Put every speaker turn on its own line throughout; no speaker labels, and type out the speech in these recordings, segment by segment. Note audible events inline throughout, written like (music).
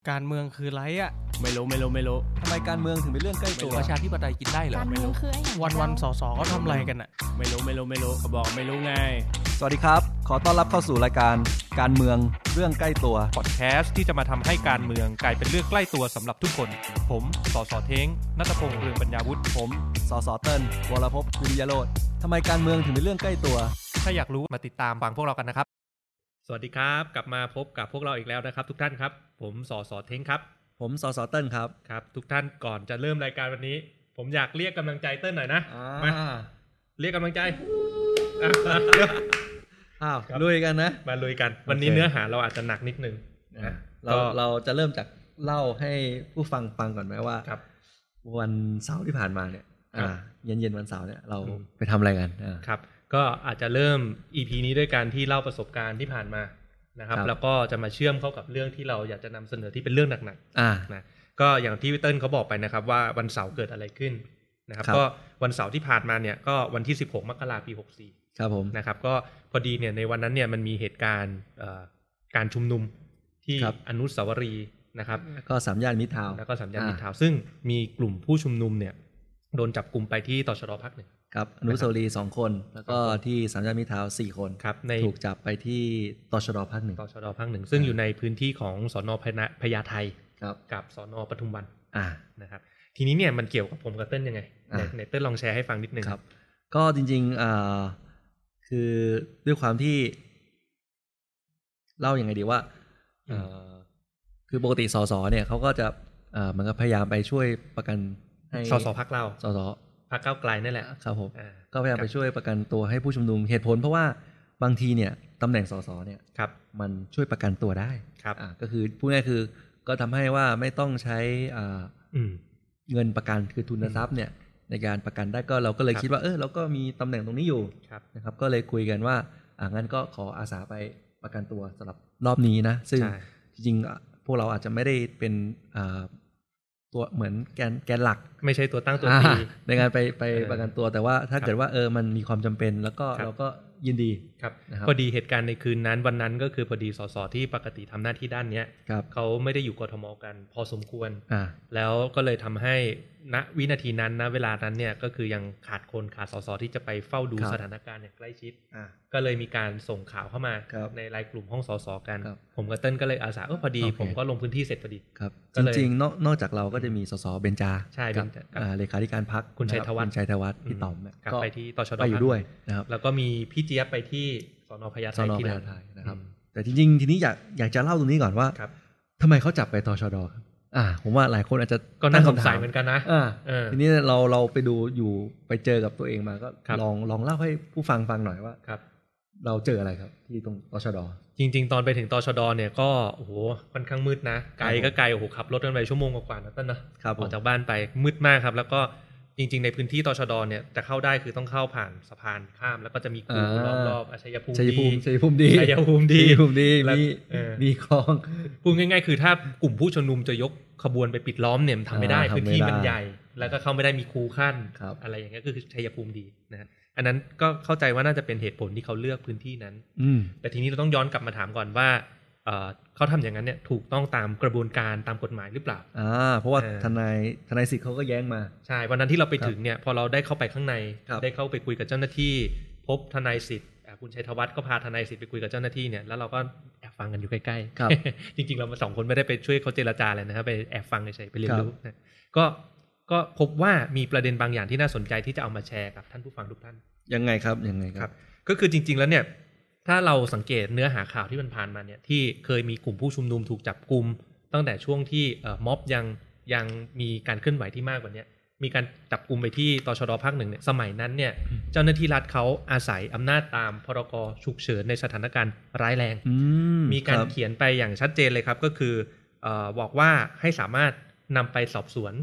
การเมืองคือไรอะ
ไม่รู้ไม่รู้ไม่รู้
ทำไมการเมืองถึงเป็นเรื่องใกล้ตัว
ไม่รู้
ประชาธิปไตยกินได้เหรอ
การเมืองคือไอ้อย่าง
วันวันๆสอสอเขาทำอะไรกันอะ
ไม่รู้ไม่รู้ไม่รู้เขาบอกไม่รู้ไง
สวัสดีครับ ขอต้อนรับเข้าสู่รายการการเมืองเรื่องใกล้ตัว
พอดแคสต์ที่จะมาทำให้การเมืองกลายเป็นเรื่องใกล้ตัวสำหรับทุกคน ผมสอสอเท้งนัตพงษ์เรืองปัญญาวุฒิ
ผมสสเติ้ลวรพพกุริยโรธทำไมการเมืองถึงเป็นเรื่องใกล้ตัว
ถ้าอยากรู้มาติดตามฟังพวกเรากันนะครับ สวัสดีครับ กลับมาพบกับพวกเราอีกแล้วนะครับ ทุกท่านครับ ผมสอสอเท้งครับ
ผมสสเติ้ลครับ
ครับ ทุกท่านก่อนจะเริ่มรายการวันนี้ ผมอยากเรียกกำลังใจเติ้ลหน่อยนะมาเรียกกำลังใจ (laughs) อ่ะ
อ้าวลุยกันนะ
มาลุยกัน วันนี้
โอเค
เนื้อหาเราอาจจะหนักนิดนึงนะ
เรา
ก็
เราจะเริ่มจากเล่าให้ผู้ฟังฟังก่อนไหมว่า
ครับ
วันเสาร์ที่ผ่านมาเนี่ย
ครับ
อ่าเย็นเย็นๆวันเสาร์เนี่ยเรา
อืม
ไปทำอะไรกันอ่า
ครับก็อาจจะเริ่ม EP นี้ด้วยการที่เล่าประสบการณ์ที่ผ่านมานะครับ
ครับ
แล้วก็จะมาเชื่อมเข้ากับเรื่องที่เราอยากจะนำเสนอที่เป็นเรื่องหนัก
อ่า
ๆนะก็อย่างที่วิเติ้ลเขาบอกไปนะครับว่าวันเสาร์เกิดอะไรขึ้นนะครับ
ครับ
ก็วันเสาร์ที่ผ่านมาเนี่ยก็วันที่ 16 มกราปี 64
ครับผม
นะครับ ก็พอดีเนี่ยในวันนั้นเนี่ยมันมีเหตุการณ์เอ่อการชุมนุมที่
ครับ
อนุสาวรีย์นะครับ
ก็สามย่านมิตรทาวน์
แล้วก็สัญญาณ
อ่
มิตรทาวน์ซึ่งมีกลุ่มผู้ชุมนุมเนี่ยโดนจับกลุ่มไปที่ตชรพักหนึ่ง
ครับอนุสาวรีย์สองคน แล้วก็ที่สามย่านมิตรทาวน์สี่คน
ครับใน
ถูกจับไปที่ตชดภาคหนึ่ง
ตชรภาคหนึ่งซึ่งอยู่ในพื้นที่ของสอนอพญาพญาไท
ครับ
กับสอนอปทุมวัน
อ่า
นะครับ ทีนี้เนี่ยมันเกี่ยวกับผมกับเต้นยังไง
อ่า
ไหนไหนเต้นลองแชร์ให้ฟังนิดนึง
ครับก็จริงๆอ่าคือด้วยความที่ เล่ายัางไงดีว่าเอ่อคือปกติสสเนี่ยเขาก็จะเอ่อเหมันก็พยายามไปช่วยประกันให้
สสพักเรา
สส
พักก้าวไกลนั่นแหละ
ครับผม
อ่า
ก็พยายามไปช่วยประกันตัวให้ผู้ชุมนุมเหตุผล เพราะว่าบางทีเนี่ยตำแหน่งสสเนี่ย
ครับ
มันช่วยประกันตัวได้
ครับ
อ่าก็คือพูดง่ายๆคือก็ทำให้ว่าไม่ต้องใช้อ่า
อืม
เงินประกันคือทุนทรัพย์เนี่ยในการประกันได้ก็เราก็เลย
ครับ
คิดว่าเออเราก็มีตำแหน่งตรงนี้อยู่
ครับ
นะครับ ก็เลยคุยกันว่าอ่างั้นก็ขออาสาไปประกันตัวสำหรับรอบนี้นะ ซึ่ง
ใช่
จริงๆอ่ะพวกเราอาจจะไม่ได้เป็นอ่าตัวเหมือนแกนแกนหลัก
ไม่ใช่ตัวตั้งตัวตี
อ่าในการไปไป
เออ
ประกันตัวแต่ว่าถ้า
ครับ
เกิดว่าเออมันมีความจำเป็น แล้วก็
ครับ
เราก็ยินดี
ครับ
นะครับ
พอดีเหตุการณ์ในคืนนั้นวันนั้นก็คือพอดีสสที่ปกติทำหน้าที่ด้านเนี้ย
ครับ
เขาไม่ได้อยู่กทมกัน พอสมควร
อ่า
แล้วก็เลยทำให้ณวินาทีนั้นณเวลานั้นเนี่ยก็คือยังขาดคนขาดสสที่จะไปเฝ้าดูสถานการณ์อย่างใกล้ชิด
อ่า
ก็เลยมีการส่งข่าวเข้ามา
ครับ
ในรายกลุ่มห้องสอสอกัน
ครับ
ผมกับเต้นก็เลยอาสาเออพอดี
โอเค
ผมก็ลงพื้นที่เสร็จพอดี
ครับ
ก็
จ
เลย
ริงๆนอกนอกจากเราก็จะมีสสเบญจา
ใช่
กับ
เบญจาครับ
อ่าเลขาธิการพัก
คุณชัยธวัฒน์
คุณชัยธวัฒน์
อื
พี่
ม
ต๋อมเนี่ย
ครับ
ก็
ไปที่ตชด
ไปอยู่ด้วยนะครับ
แล้วก็มีพี่เจี๊ยบไปที่สอนอพญาไท
สนพ
ที่
ญาไทนะครับ
อืม
แต่จริงๆ ทีนี้อยากอยากจะเล่าตรงนี้ก่อนว่า
ครับ
ทำไมเขาจับไปตชดครับอ่า ผมว่าหลายคนอาจจะ
ก็น่าส
ตั้
ง
งคำ
สั
ถาย ม
เหมือนกันนะ
อ่า
เออ
ทีนี้เราเราไปดูอยู่ไปเจอกับตัวเองมาก็
ครับ
ลองลองเล่าให้ผู้ฟังฟังหน่อยว่า
ครับ
เราเจออะไรครับ ที่ตรงตชด
จริง ๆ ตอนไปถึงตชดเนี่ยก็โอ้โหค่อนข้างมืดนะ ไกลก็ไกลโอ้โหขับรถกันไปชั่วโมงกว่าๆนะเต้นนะครับ
ผม
ออกจากบ้านไปมืดมากครับ แล้วก็จริง ๆ ในพื้นที่ตชดเนี่ยจะเข้าได้คือต้องเข้าผ่านสะพานข้าม แล้วก็จะมีกลุ่มล้อมรอบอาชัยภูมิ
ชัยภูมิ
ดี
ชัยภูมิดี
ชัยภูมิดี
ชัยภูมิดี
แล้ว
มี
เออ
มีคลอง
พูดง่ายๆ คือถ้ากลุ่มผู้ชุมนุมจะยกขบวนไปปิดล้อมเนี่ยมันทำไม่ได้
อ่า
พื้นที่มัน
ทำไม่ได้
ใหญ่ แล้วก็เข้าไม่ได้มีคูขั้น
ครับ
อะไรอย่างเงี้ยก็คือชัยภูมิดีนะฮะอันนั้นก็เข้าใจว่าน่าจะเป็นเหตุผลที่เขาเลือกพื้นที่นั้น
อืม
แต่ทีนี้เราต้องย้อนกลับมาถามก่อนว่าเอ่อเขาทำอย่างนั้นเนี่ยถูกต้องตามกระบวนการตามกฎหมายหรือเปล่า
อ่า เพราะว่า
เออ
ทนายทนายสิทธิ์เขาก็แย้งมา
ใช่วันนั้นที่เราไป
ครับ
ถึงเนี่ยพอเราได้เข้าไปข้างใน
ครับ
ได้เข้าไปคุยกับเจ้าหน้าที่ พบทนายสิทธิ์อ่ะคุณชัยธวัฒน์ก็พาทนายสิทธิ์ไปคุยกับเจ้าหน้าที่เนี่ยแล้วเราก็แอบฟังกันอยู่ใกล้
ครับ
จริงๆ เราสองคนไม่ได้ไปช่วยเขาเจรจาเลยนะครับไปแอบฟังเฉยๆไปเรียนรู้นะก็ก็พบว่ามีประเด็นบางอย่างที่น่าสนใจที่จะเอามาแชร์กับท่านผู้ฟังทุกท่าน
ยังไงครับยังไงค
ค
รั
รับ บก็คือจริง ๆ แล้วเนี่ย ถ้าเราสังเกตเนื้อหาข่าวที่มันผ่านมาเนี่ยที่เคยมีกลุ่มผู้ชุมนุมถูกจับกลุ่มตั้งแต่ช่วงที่เอ่อม็อบยังยังมีการเคลื่อนไหวที่มากกว่าเนี้ยมีการจับกลุ่มไปที่ตชดภาคหนึ่งเนี่ยสมัยนั้นเนี่ยเจ้าหน้าที่รัฐเขาอาศัยอำนาจตามพรกฉุกเฉินในสถานการณ์ร้ายแรง
อืม
มีการ
คบ
เขียนไปอย่างชัดเจนเลยครับ ก็คือเอ่อบอกว่าให้สามารถนำไปสอบสวน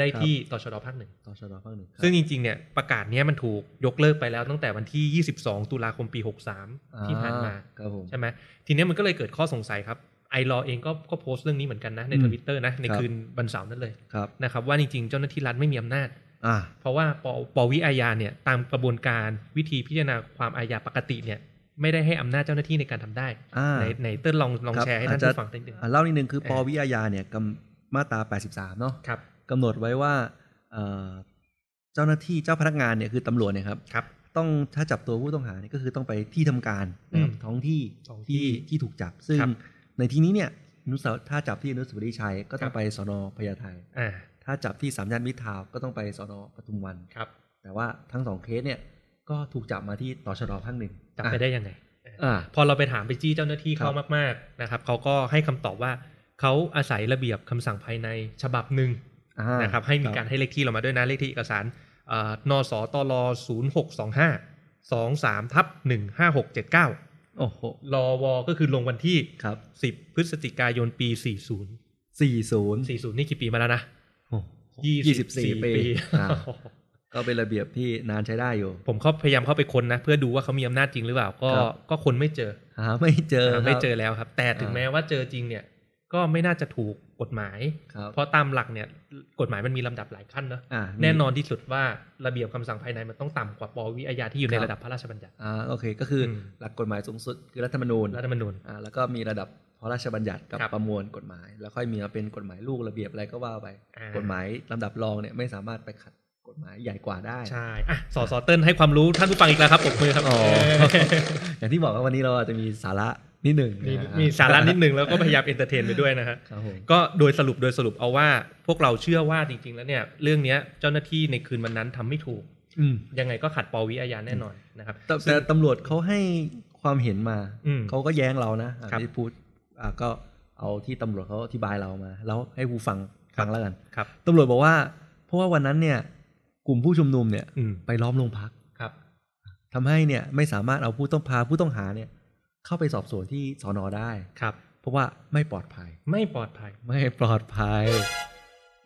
ได้ที่ตชดภาคหนึ่ง
ตชดภาคหนึ่งครับ
ซึ่งจริงๆ เนี่ยประกาศเนี้ยมันถูกยกเลิกไปแล้วตั้งแต่วันที่ 22 ตุลาคมปี 63 ที่ผ่านมา
อ่ครับผม
ใช่ไหมทีเนี้ยมันก็เลยเกิดข้อสงสัยครับไอรอเองก็ก็โพสต์เรื่องนี้เหมือนกันนะใน
อืม
ทวิตเตอร์นะใน
ครับ
คืนวันเสาร์นั่นเลย
ครับ
นะครับว่าจริงๆ เจ้าหน้าที่รัฐไม่มีอำนาจ
อ่า
เพราะว่าปปวิอาญาเนี่ยตามกระบวนการวิธีพิจารณาความอาญาปกติเนี่ย ไม่ได้ให้อำนาจเจ้าหน้าที่ในการทำได้
อ่า
ในในเติ้ลลองลอง
ครับ
แชร์ให้ท่าน
อาจจะ
ผู้ฟังนิดนึง
อ่าเล่านิดนึงคือ
เอ่อ
ปวิอาญาเนี่ยกำมาตรา 83 เนาะ
ครับ
กำหนดไว้ว่าเอ่อเจ้าหน้าที่เจ้าพนักงานเนี่ยคือตำรวจเนี่ยครับ
ครับ
ต้องถ้าจับตัวผู้ต้องหาเนี่ยก็คือต้องไปที่ทำการนะครับ
อืม
ท้องที่
ท้องที่
ที่ที่ถูกจับ ซึ่ง
ครับ
ในที่นี้เนี่ยอนุสาวถ้าจับที่อนุสาวรีย์ชัยก็ต้อ
ครั
ง
บ
ไปสอนอพญาไท
อ่า
ถ้าจับที่สามย่านมิตรทาวน์ก็ต้องไปสอนอปทุมวัน
ครับ
แต่ว่าทั้งสองเคสเนี่ยก็ถูกจับมาที่ต่อชดภาคหนึ่ง
จับไปได้ยังไง
อ่า
พอเราไปถามไปจี้เจ้าหน้าที่
ครับ
เขามากๆนะครับเขาก็ให้คำตอบว่าเขาอาศัยระเบียบคำสั่งภายในฉบับหนึ่ง
าน
นะครับให้มีการให้เลขที่เรามาด้วยนะเลขที่เอกสารเอ่อนสตลศูนย์หกสองห้าสองสามทับหนึ่งห้าหกเจ็ดเก้า
โอ้โห
รอวอก็คือลงวันที่
ครับ
สิบพฤศจิกายนปีสี่ศูนย์
สี่ศูนย์
สี่ศูนย์นี่กี่ปีมาแล้วนะ
ยี่สิบสี่ปีอ่า
โอ้โห
ก็เป็นระเบียบที่นานใช้ได้อยู่
ผมเขาพยายามเข้าไปค้นนะ เพื่อดูว่าเขามีอำนาจจริงหรือเปล่าก็
ครับ
ก็คนไม่เจอ
หาไม่เจอค
หา
รับ
ไม่เจอแล้วครับ แต่ถึง
อ่า
แม้ว่าเจอจริงเนี่ย ก็ไม่น่าจะถูกกฎหมาย
ครับ
เพราะตามหลักเนี่ยกฎหมายมันมีลำดับหลายขั้นเนอะ
อ่า
แน่นอนที่สุดว่าระเบียบคำสั่งภายในมันต้องต่ำกว่าปวิอาญาที่อยู่ใน
ครับ
ระดับพระราชบัญญัติ
อ่าโอเคก็คืออ
ม
หลักกฎหมายสูงสุดคือรัฐธรรมนูญ
รัฐธรรมนูญ
อ่าแล้วก็มีระดับพระราชบัญญัติกับ
ครับ
ประมวลกฎหมาย แล้วค่อยมีมาเป็นกฎหมายลูกระเบียบอะไรก็ว่าไป
อ่า
กฎหมายลำดับรองเนี่ยไม่สามารถไปขัดกฎหมายใหญ่กว่าได้
ใช่อ่ะสอสอเติ้ลให้ความรู้ท่านผู้ฟังอีกแล้วครับปกมือครับ
อ๋อ
เออ
อย่างที่บอกว่าวันนี้เราอาจจะมีสาระนิดหนึ่ง
มี
นะฮ
มีสาระนิดนึงแล้วก็พยายามเอนเตอร์เทนไปด้วยนะฮะ
ครับผม
ก็โดยสรุปโดยสรุปเอาว่าพวกเราเชื่อว่าจริง ๆ แล้วเนี่ยเรื่องเนี้ยเจ้าหน้าที่ในคืนวันนั้นทำไม่ถูก
อืม
ยังไงก็ขัดปวิอาญาแน่นอนนะครับ
แต่
ซึ่
แต่
ง
ตำรวจเขาให้ความเห็นมา
อืม
เขาก็แย้งเรานะอ่ะ
ครับ
ไม่พูดอ่ะก็เอาที่ตำรวจเขาอธิบายเรามา แล้วให้ผู้ฟังฟังแล้วกัน
ครับ
ตำรวจบอกว่า เพราะว่าวันนั้นเนี่ย กลุ่มผู้ชุมนุมเนี่ย
อืม
ไปล้อมโรงพัก
ครับ
ทำให้เนี่ยไม่สามารถเอาผู้ต้องพาผู้ต้องหาเนี่ย เข้าไปสอบสวนที่สอนอได้
ครับ
เพราะว่าไม่ปลอดภัย
ไม่ปลอดภัย
ไม่ปลอดภัย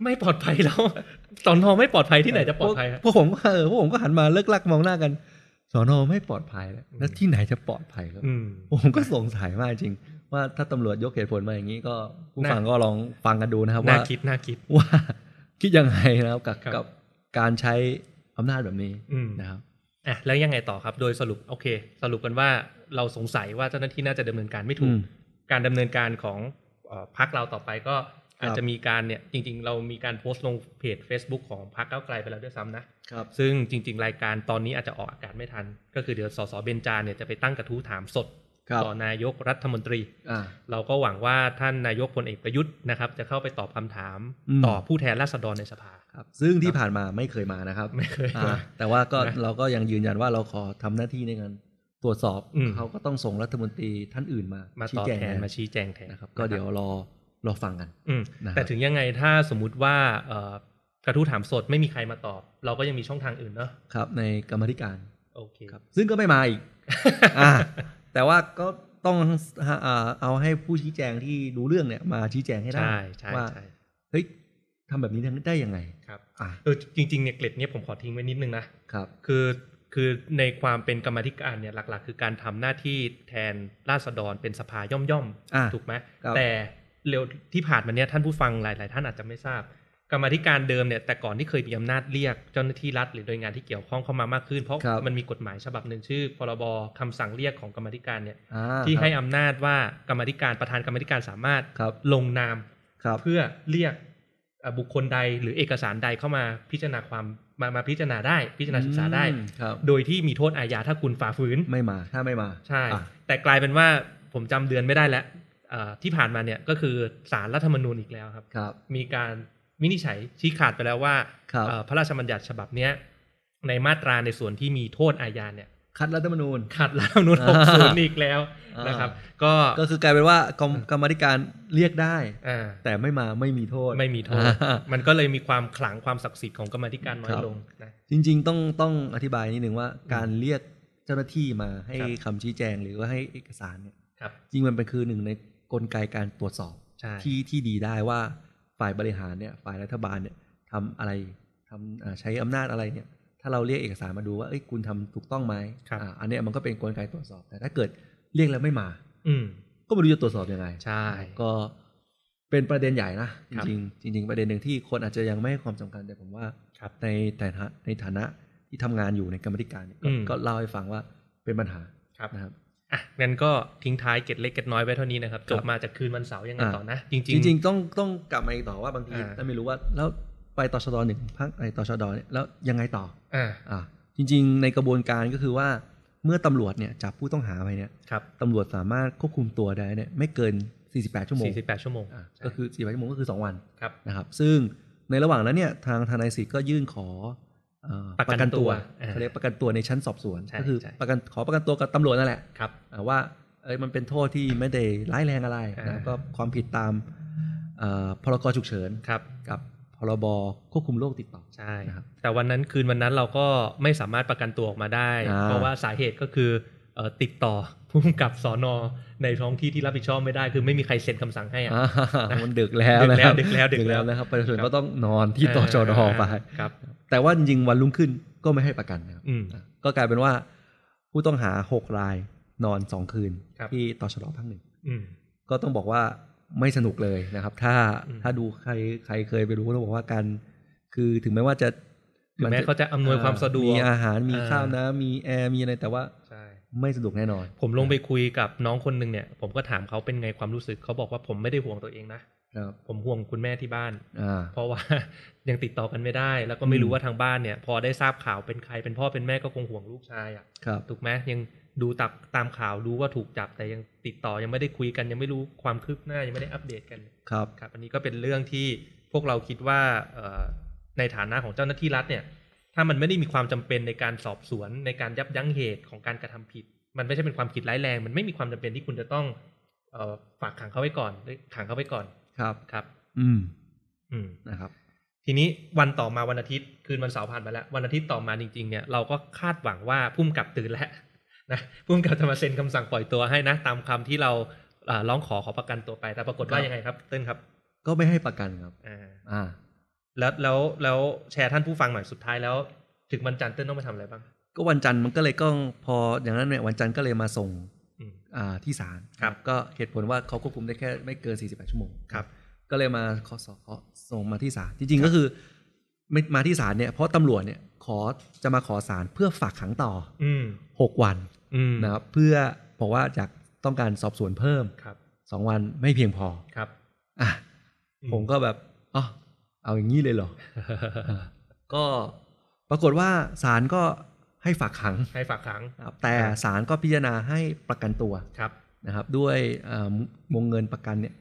ไม่ปลอดภัยแล้ว (laughs) สอนทอไม่ปลอดภัยที่ไหนจะปลอดภัย
พว
ฮะ
กพวกผมก็ (laughs) เออพวกผมก็หันมาเลิกลักมองหน้ากันสอนอไม่ปลอดภัยแล้ว
อืม
แล้วที่ไหนจะปลอดภัยแล้ว
อืม
ผมก็สงสัยมากจริง ว่าถ้าตำรวจยกเหตุผลมาอย่างนี้ก็ผู้
น่า
ฟังก็ลองฟังกันดูนะครับ
น่า
ว่า
คิดน่าคิด
ว่า (laughs) คิดยังไงนะครับกับ
ครับ
กับการใช้อำนาจแบบนี้
อืม
นะครับ
อ่ะแล้วยังไงต่อครับ โดยสรุปโอเค สรุปกันว่าเราสงสัยว่าเจ้าหน้าที่น่าจะดำเนินการไม่ถูก
อืม
การดำเนินการของเอ่อพักเราต่อไปก็อาจ
ครับ
จะมีการเนี่ยจริง ๆ เรามีการโพสต์ลงเพจ Facebook ของพักเก้าวไกลไปแล้วด้วยซ้ำนะ
ครับ
ซึ่งจริง ๆ รายการตอนนี้อาจจะออกอากาศไม่ทัน ก็คือเดี๋ยวสสเบญจาเนี่ยจะไปตั้งกระทู้ถามสด
ครับ
ต่อนายกรัฐมนตรี
อ่า
เราก็หวังว่าท่านนายกพลเอกประยุทธ์นะครับจะเข้าไปตอบคำถาม
อืม
ต่อผู้แทนราษฎรในสภา
ครับซึ่ง
ครั
ที่
บ
ผ่านมาไม่เคยมานะครับ
ไม่เคย
อ่า
มา
แต่ว่าก็
นะ
เราก็ยังยืนยันว่าเราขอทำหน้าที่ในการตรวจสอบ
อืม
เขาก็ต้องส่งรัฐมนตรีท่านอื่นมา
มา
ชี้
ตอบ
แจง
แทนมาชี้แจงแทน
นะครับก็เดี๋ยวรอรอฟังกัน
อืม
นะครับ
แต่ถึงยังไงถ้าสมมุติว่าเอ่อกระทู้ถามสดไม่มีใครมาตอบ เราก็ยังมีช่องทางอื่นเนาะ
ครับในกรรมาธิการ
โอเค
ครับ ซึ่งก็ไม่มาอีกอ่า (laughs) แต่ว่าก็ต้องอ่าเอาให้ผู้ชี้แจงที่รู้เรื่องเนี่ยมาชี้แจงให้ได้
ใช่ใช่
ว่า
ใช่
เฮ้ยทำแบบนี้ได้ยังไง
ครับ
อ่า
เออจริงๆเนี่ยเกล็ดเนี่ยผมขอทิ้งไว้นิดนึงนะครับ คือคือในความเป็นกรรมาธิการเนี่ยหลัก ๆ คือการทำหน้าที่แทนราษฎรเป็นสภาย่อมๆ
อ่า
ถูกไหม
ครับ
แต่เร็วที่ผ่านมาเนี้ยท่านผู้ฟังหลาย ๆ ท่านอาจจะไม่ทราบ กรรมาธิการเดิมเนี่ยแต่ก่อนที่เคยมีอำนาจเรียกเจ้าหน้าที่รัฐหรือหน่วยงานที่เกี่ยวข้องเข้ามามากขึ้น เพราะ
ครับ
มันมีกฎหมายฉบับหนึ่งชื่อพรบคำสั่งเรียกของกรรมาธิการเนี่ย
อ่า
ที่ให้อำนาจว่ากรรมาธิการประธานกรรมาธิการสามารถ
ครับ
ลงนาม
ครับ
เพื่อเรียกเอ่อบุคคลใดหรือเอกสารใดเข้ามาพิจารณาความมามาพิจารณาได้ พิจารณาศึกษาได้
อืมครับ
โดยที่มีโทษอาญาถ้าคุณฝ่าฝืน
ไม่มาถ้าไม่มา
ใช่
อ่ะ
แต่กลายเป็นว่าผมจำเดือนไม่ได้แล้วเอ่อที่ผ่านมาเนี่ยก็คือสารรัฐธรรมนูญอีกแล้วครับ
ครับ
มีการวินิจฉัยชี้ขาดไปแล้วว่า
ครับ
เอ่อพระราชบัญญัติฉบับเนี้ยในมาตราในส่วนที่มีโทษอาญาเนี่ย
คัดรัฐธรรมนูญ
ขัดรัฐธรรมนูญ
อ่า
60อีกแล้ว
อ่าน
นะครับ
(laughs)
ก็
ก็คือกลายเป็นว่ากรรมกรรมาธิการเรียกได้
อ่า
แต่ไม่มาไม่มีโทษ
ไม่มีโท
(laughs)
ษ
อ่า
มันก็เลยมีความขลังความศักดิ์สิทธิ์ของกรรมาธิการน้อยลงนะ
จริง ๆ ต้องต้องอธิบายนิดหนึ่งว่าการเรียกเจ้าหน้าที่มาให้
ครับ
คำชี้แจงหรือว่าให้เอกสารเนี่ย
ครับ
จริงมันเป็นคือหนึ่งในกลไกการตรวจสอบ
ใช่
ที่ที่ดีได้ว่าฝ่ายบริหารเนี่ยฝ่ายรัฐบาลเนี่ยทำอะไรทำอ่าใช้อำนาจอะไรเนี่ย ถ้าเราเรียกเอกสารมาดูว่าเอ้ยคุณทำถูกต้องไหมอ่าอันเนี้ยมันก็เป็นกลไกตรวจสอบ แต่ถ้าเกิดเรียกแล้วไม่มา
อืม
ก็ไม่รู้จะตรวจสอบยังไง
ใช่
ก็เป็นประเด็นใหญ่นะจ
ครับ
ริงๆจริง ๆ ประเด็นหนึ่งที่คนอาจจะยังไม่ให้ความสำคัญแต่ผมว่า
ครับ
ในแต่ฐานะในฐานะที่ทำงานอยู่ในกรรมาธิการเนี่ยก็
อืม
ก็เล่าให้ฟังว่าเป็นปัญหา
ครับ
นะครับ
อ่ะงั้นก็ทิ้งท้ายเกร็ดเล็กเกร็ดน้อยไว้เท่านี้นะครับจบมาจากคืนวันเสาร์ยังไง
อ่า
ต่อนะจริง
จริง ๆ ต้องต้องกลับมาอีกต่อว่าบางที
อ่า
ถ้าไม่รู้ว่าแล้วไปต่อชดหนึ่งพักไอต่อชดเนี่ยแล้วยังไงต่อ
อ่า
อ่าจริง ๆ ในกระบวนการก็คือว่าเมื่อตำรวจเนี่ยจับผู้ต้องหาไปเนี่ย
ครับ
ตำรวจสามารถควบคุมตัวได้เนี่ยไม่เกิน 48 ชั่วโมง
48 ชั่วโมง
อ่าก็คือ48ชั่วโมงก็คือ 2 วัน
ครับ
นะครับซึ่งในระหว่างนั้นเนี่ยทางทนายสิทธิ์ก็ยื่นขอเอ่อ
ประกันตัวอ่า
เขาเรียกประกันตัวในชั้นสอบสวน
ใช่
ก็คือ
ใช่
ประกันขอประกันตัวกับตำรวจนั่นแหละ
ครับ
อ่าว่าเอ้ยมันเป็นโทษที่ไม่ได้ร้ายแรงอะไร
อ่า
แล้วก็ความผิดตามเอ่อพรกฉุกเฉิน
ครับ
กับพรบควบคุมโรคติดต่อ
ใช่
นะครับ
แต่วันนั้นคืนวันนั้นเราก็ไม่สามารถประกันตัวออกมาได้
อ่า
เพราะว่าสาเหตุก็คือเอ่อติดต่อผู้กำกับสอนอในท้องที่ที่รับผิดชอบไม่ได้ คือไม่มีใครเซ็นคำสั่งให้อะ
ามันดึกแล้วนะครับ
ดึกแล้วดึกแล้วดึกแล้ว
นะครับประชาชนก็ต้องนอนที่ต่อชดอไป
ครับ
แต่ว่าจริงๆวันรุ่งขึ้นก็ไม่ให้ประกันนะครับ
อืม
อ่ะก็กลายเป็นว่าผู้ต้องหา 6 รายนอน 2 คืน
ครับ
ที่ต่อชดภาคหนึ่ง
อืม
ก็ต้องบอกว่าไม่สนุกเลยนะครับ ถ้า
อืม
ถ้าดูใครใครเคยไปดูก็ต้องบอกว่าการคือถึงแม้ว่าจะ
ถึงแม้เขาจะอำนวยความสะดวก
มีอาหารมี
อ่า
ข้าวนะมีแอร์มีอะไรแต่ว่า
ใช่
ไม่สะดวกแน่นอน
ผมลงไปคุยกับน้องคนหนึ่งเนี่ย ผมก็ถามเขาเป็นไงความรู้สึกเขาบอกว่าผมไม่ได้ห่วงตัวเองนะครับ ผมห่วงคุณแม่ที่บ้าน
อ่า
เพราะว่า (laughs) ยังติดต่อกันไม่ได้ แล้วก็ไม่
อื
รู้
ม
ว่าทางบ้านเนี่ย พอได้ทราบข่าวเป็นใครเป็นพ่อเป็นแม่ก็คงห่วงลูกชายอ่ะ
ครับ
ถูกไหมยังดูตับตามข่าวรู้ว่าถูกจับแต่ยังติดต่อยังไม่ได้คุยกัน ยังไม่รู้ความคืบหน้ายังไม่ได้อัปเดตกัน
ครับ
ครับอันนี้ก็เป็นเรื่องที่พวกเราคิดว่าเอ่อในฐานะของเจ้าหน้าที่รัฐเนี่ย ถ้ามันไม่ได้มีความจำเป็นในการสอบสวนในการยับยั้งเหตุของการกระทำผิด มันไม่ใช่เป็นความผิดร้ายแรง มันไม่มีความจำเป็นที่คุณจะต้องเอ่อฝากขังเขาไว้ก่อนหรือขังเขาไว้ก่อน
ครับ
ครับ
อืม
อืม
นะครับ
ทีนี้วันต่อมาวันอาทิตย์คืนวันเสาร์ผ่านไปแล้ว วันอาทิตย์ต่อมาจริงๆเนี่ยเราก็คาดหวังว่าพุ่มกับตื่นแล้วนะพุ่มกับจะมาเซ็นคำสั่งปล่อยตัวให้นะ ตามคำที่เราเอ่อร้องขอขอประกันตัวไป แต่ปรากฏว่า
ครับ
ยังไงครับเต้นครับ
ก็ไม่ให้ประกันครับ
อ่า
อ่า
แล้วแล้วแล้วแชร์ท่านผู้ฟังหน่อยสุดท้ายแล้ว ถึงวันจันทร์เต้นต้องไปทำอะไรบ้าง
ก็วันจันทร์มันก็เลยก็พออย่างนั้นเนี่ยวันจันทร์ก็เลยมาส่ง
อืม
อ่าที่ศาล
ครับ
ก็เหตุผลว่าเขาควบคุมได้แค่ไม่เกิน 48 ชั่วโมง
ครับ
ก็เลยมาขอสขอส่งมาที่ศาลจริงๆก็คือไม่มาที่ศาลเนี่ยเพราะตำรวจเนี่ยขอจะมาขอศาลเพื่อฝากขังต่อ
อืม
6 วัน
อืม
นะครับเพื่อบอกว่าจากต้องการสอบสวนเพิ่ม
ครับ
2 วันไม่เพียงพอ
ครับ
อ่ะ
อื
ผมก็แบบอ๋อเอาอย่างนี้เลยเหรอ ก็ปรากฏว่าศาลก็ให้ฝากขัง
ให้ฝากขัง
นะครับแต่ศาลก็พิจารณาให้ประกันตัว
ครับ
นะครับ ด้วยเอ่อวงเงินประกันเนี่ย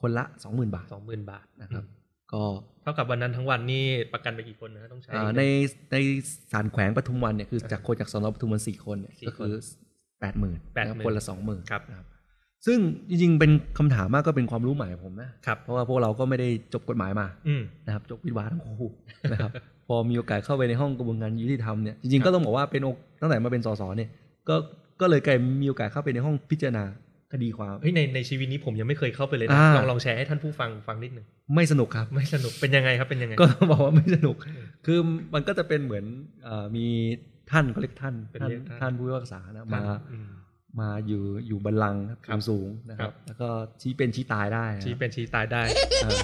คนละ 20,000 บาท
สองหมื่นบาท
นะครับ
อืม
ก็
เท่ากับวันนั้นทั้งวันนี่ประกันไปกี่คนนะต้องใช้
อ่าในในศาลแขวงปทุมวันเนี่ยคือจากคนจากสนปทุมวันสี่คนเนี่ย
สี่
ก็คือแปดหมื่น
80,000
คนละสองหมื่น
ครับ
ซึ่งจริงๆ เป็นคำถามมากก็เป็นความรู้ใหม่ผมนะครับ เพราะว่าพวกเราก็ไม่ได้จบกฎหมายมา
อืม
นะครับจบวิทย์วาทั้งคู่นะครับ (laughs) พอมีโอกาสเข้าไปในห้องกระบวนการยุติธรรมเนี่ยจริงๆ ก็ต้องบอกว่าเป็นโอกตั้งแต่มาเป็นสสเนี่ยก็ก็เลยกลายมีโอกาสเข้าไปในห้องพิจารณาคดีความ
เฮ้ยในในชีวิตนี้ผมยังไม่เคยเข้าไปเลยนะ
อ่า
ลองลองแชร์ให้ท่านผู้ฟังฟังนิดหนึ่ง
ไม่สนุกครับ (laughs)
ไม่สนุกเป็นยังไงครับเป็นยังไง
ก็ต้องบอกว่าไม่สนุก คือมันก็จะเป็นเหมือนเออมีท่านก็เรียกท่าน
เป็น
ท่าน
เรียกท่าน
ท่านผู้พิพากษานะ
ท่
มาน
อืม
มาอยู่อยู่บัลลังก์
ครับ
สูงๆนะค
ครั
รับ
บ
แล้วก็ชี้เป็นชี้ตายได้นะ
ชี้เป็นชี้ตายได้
เออ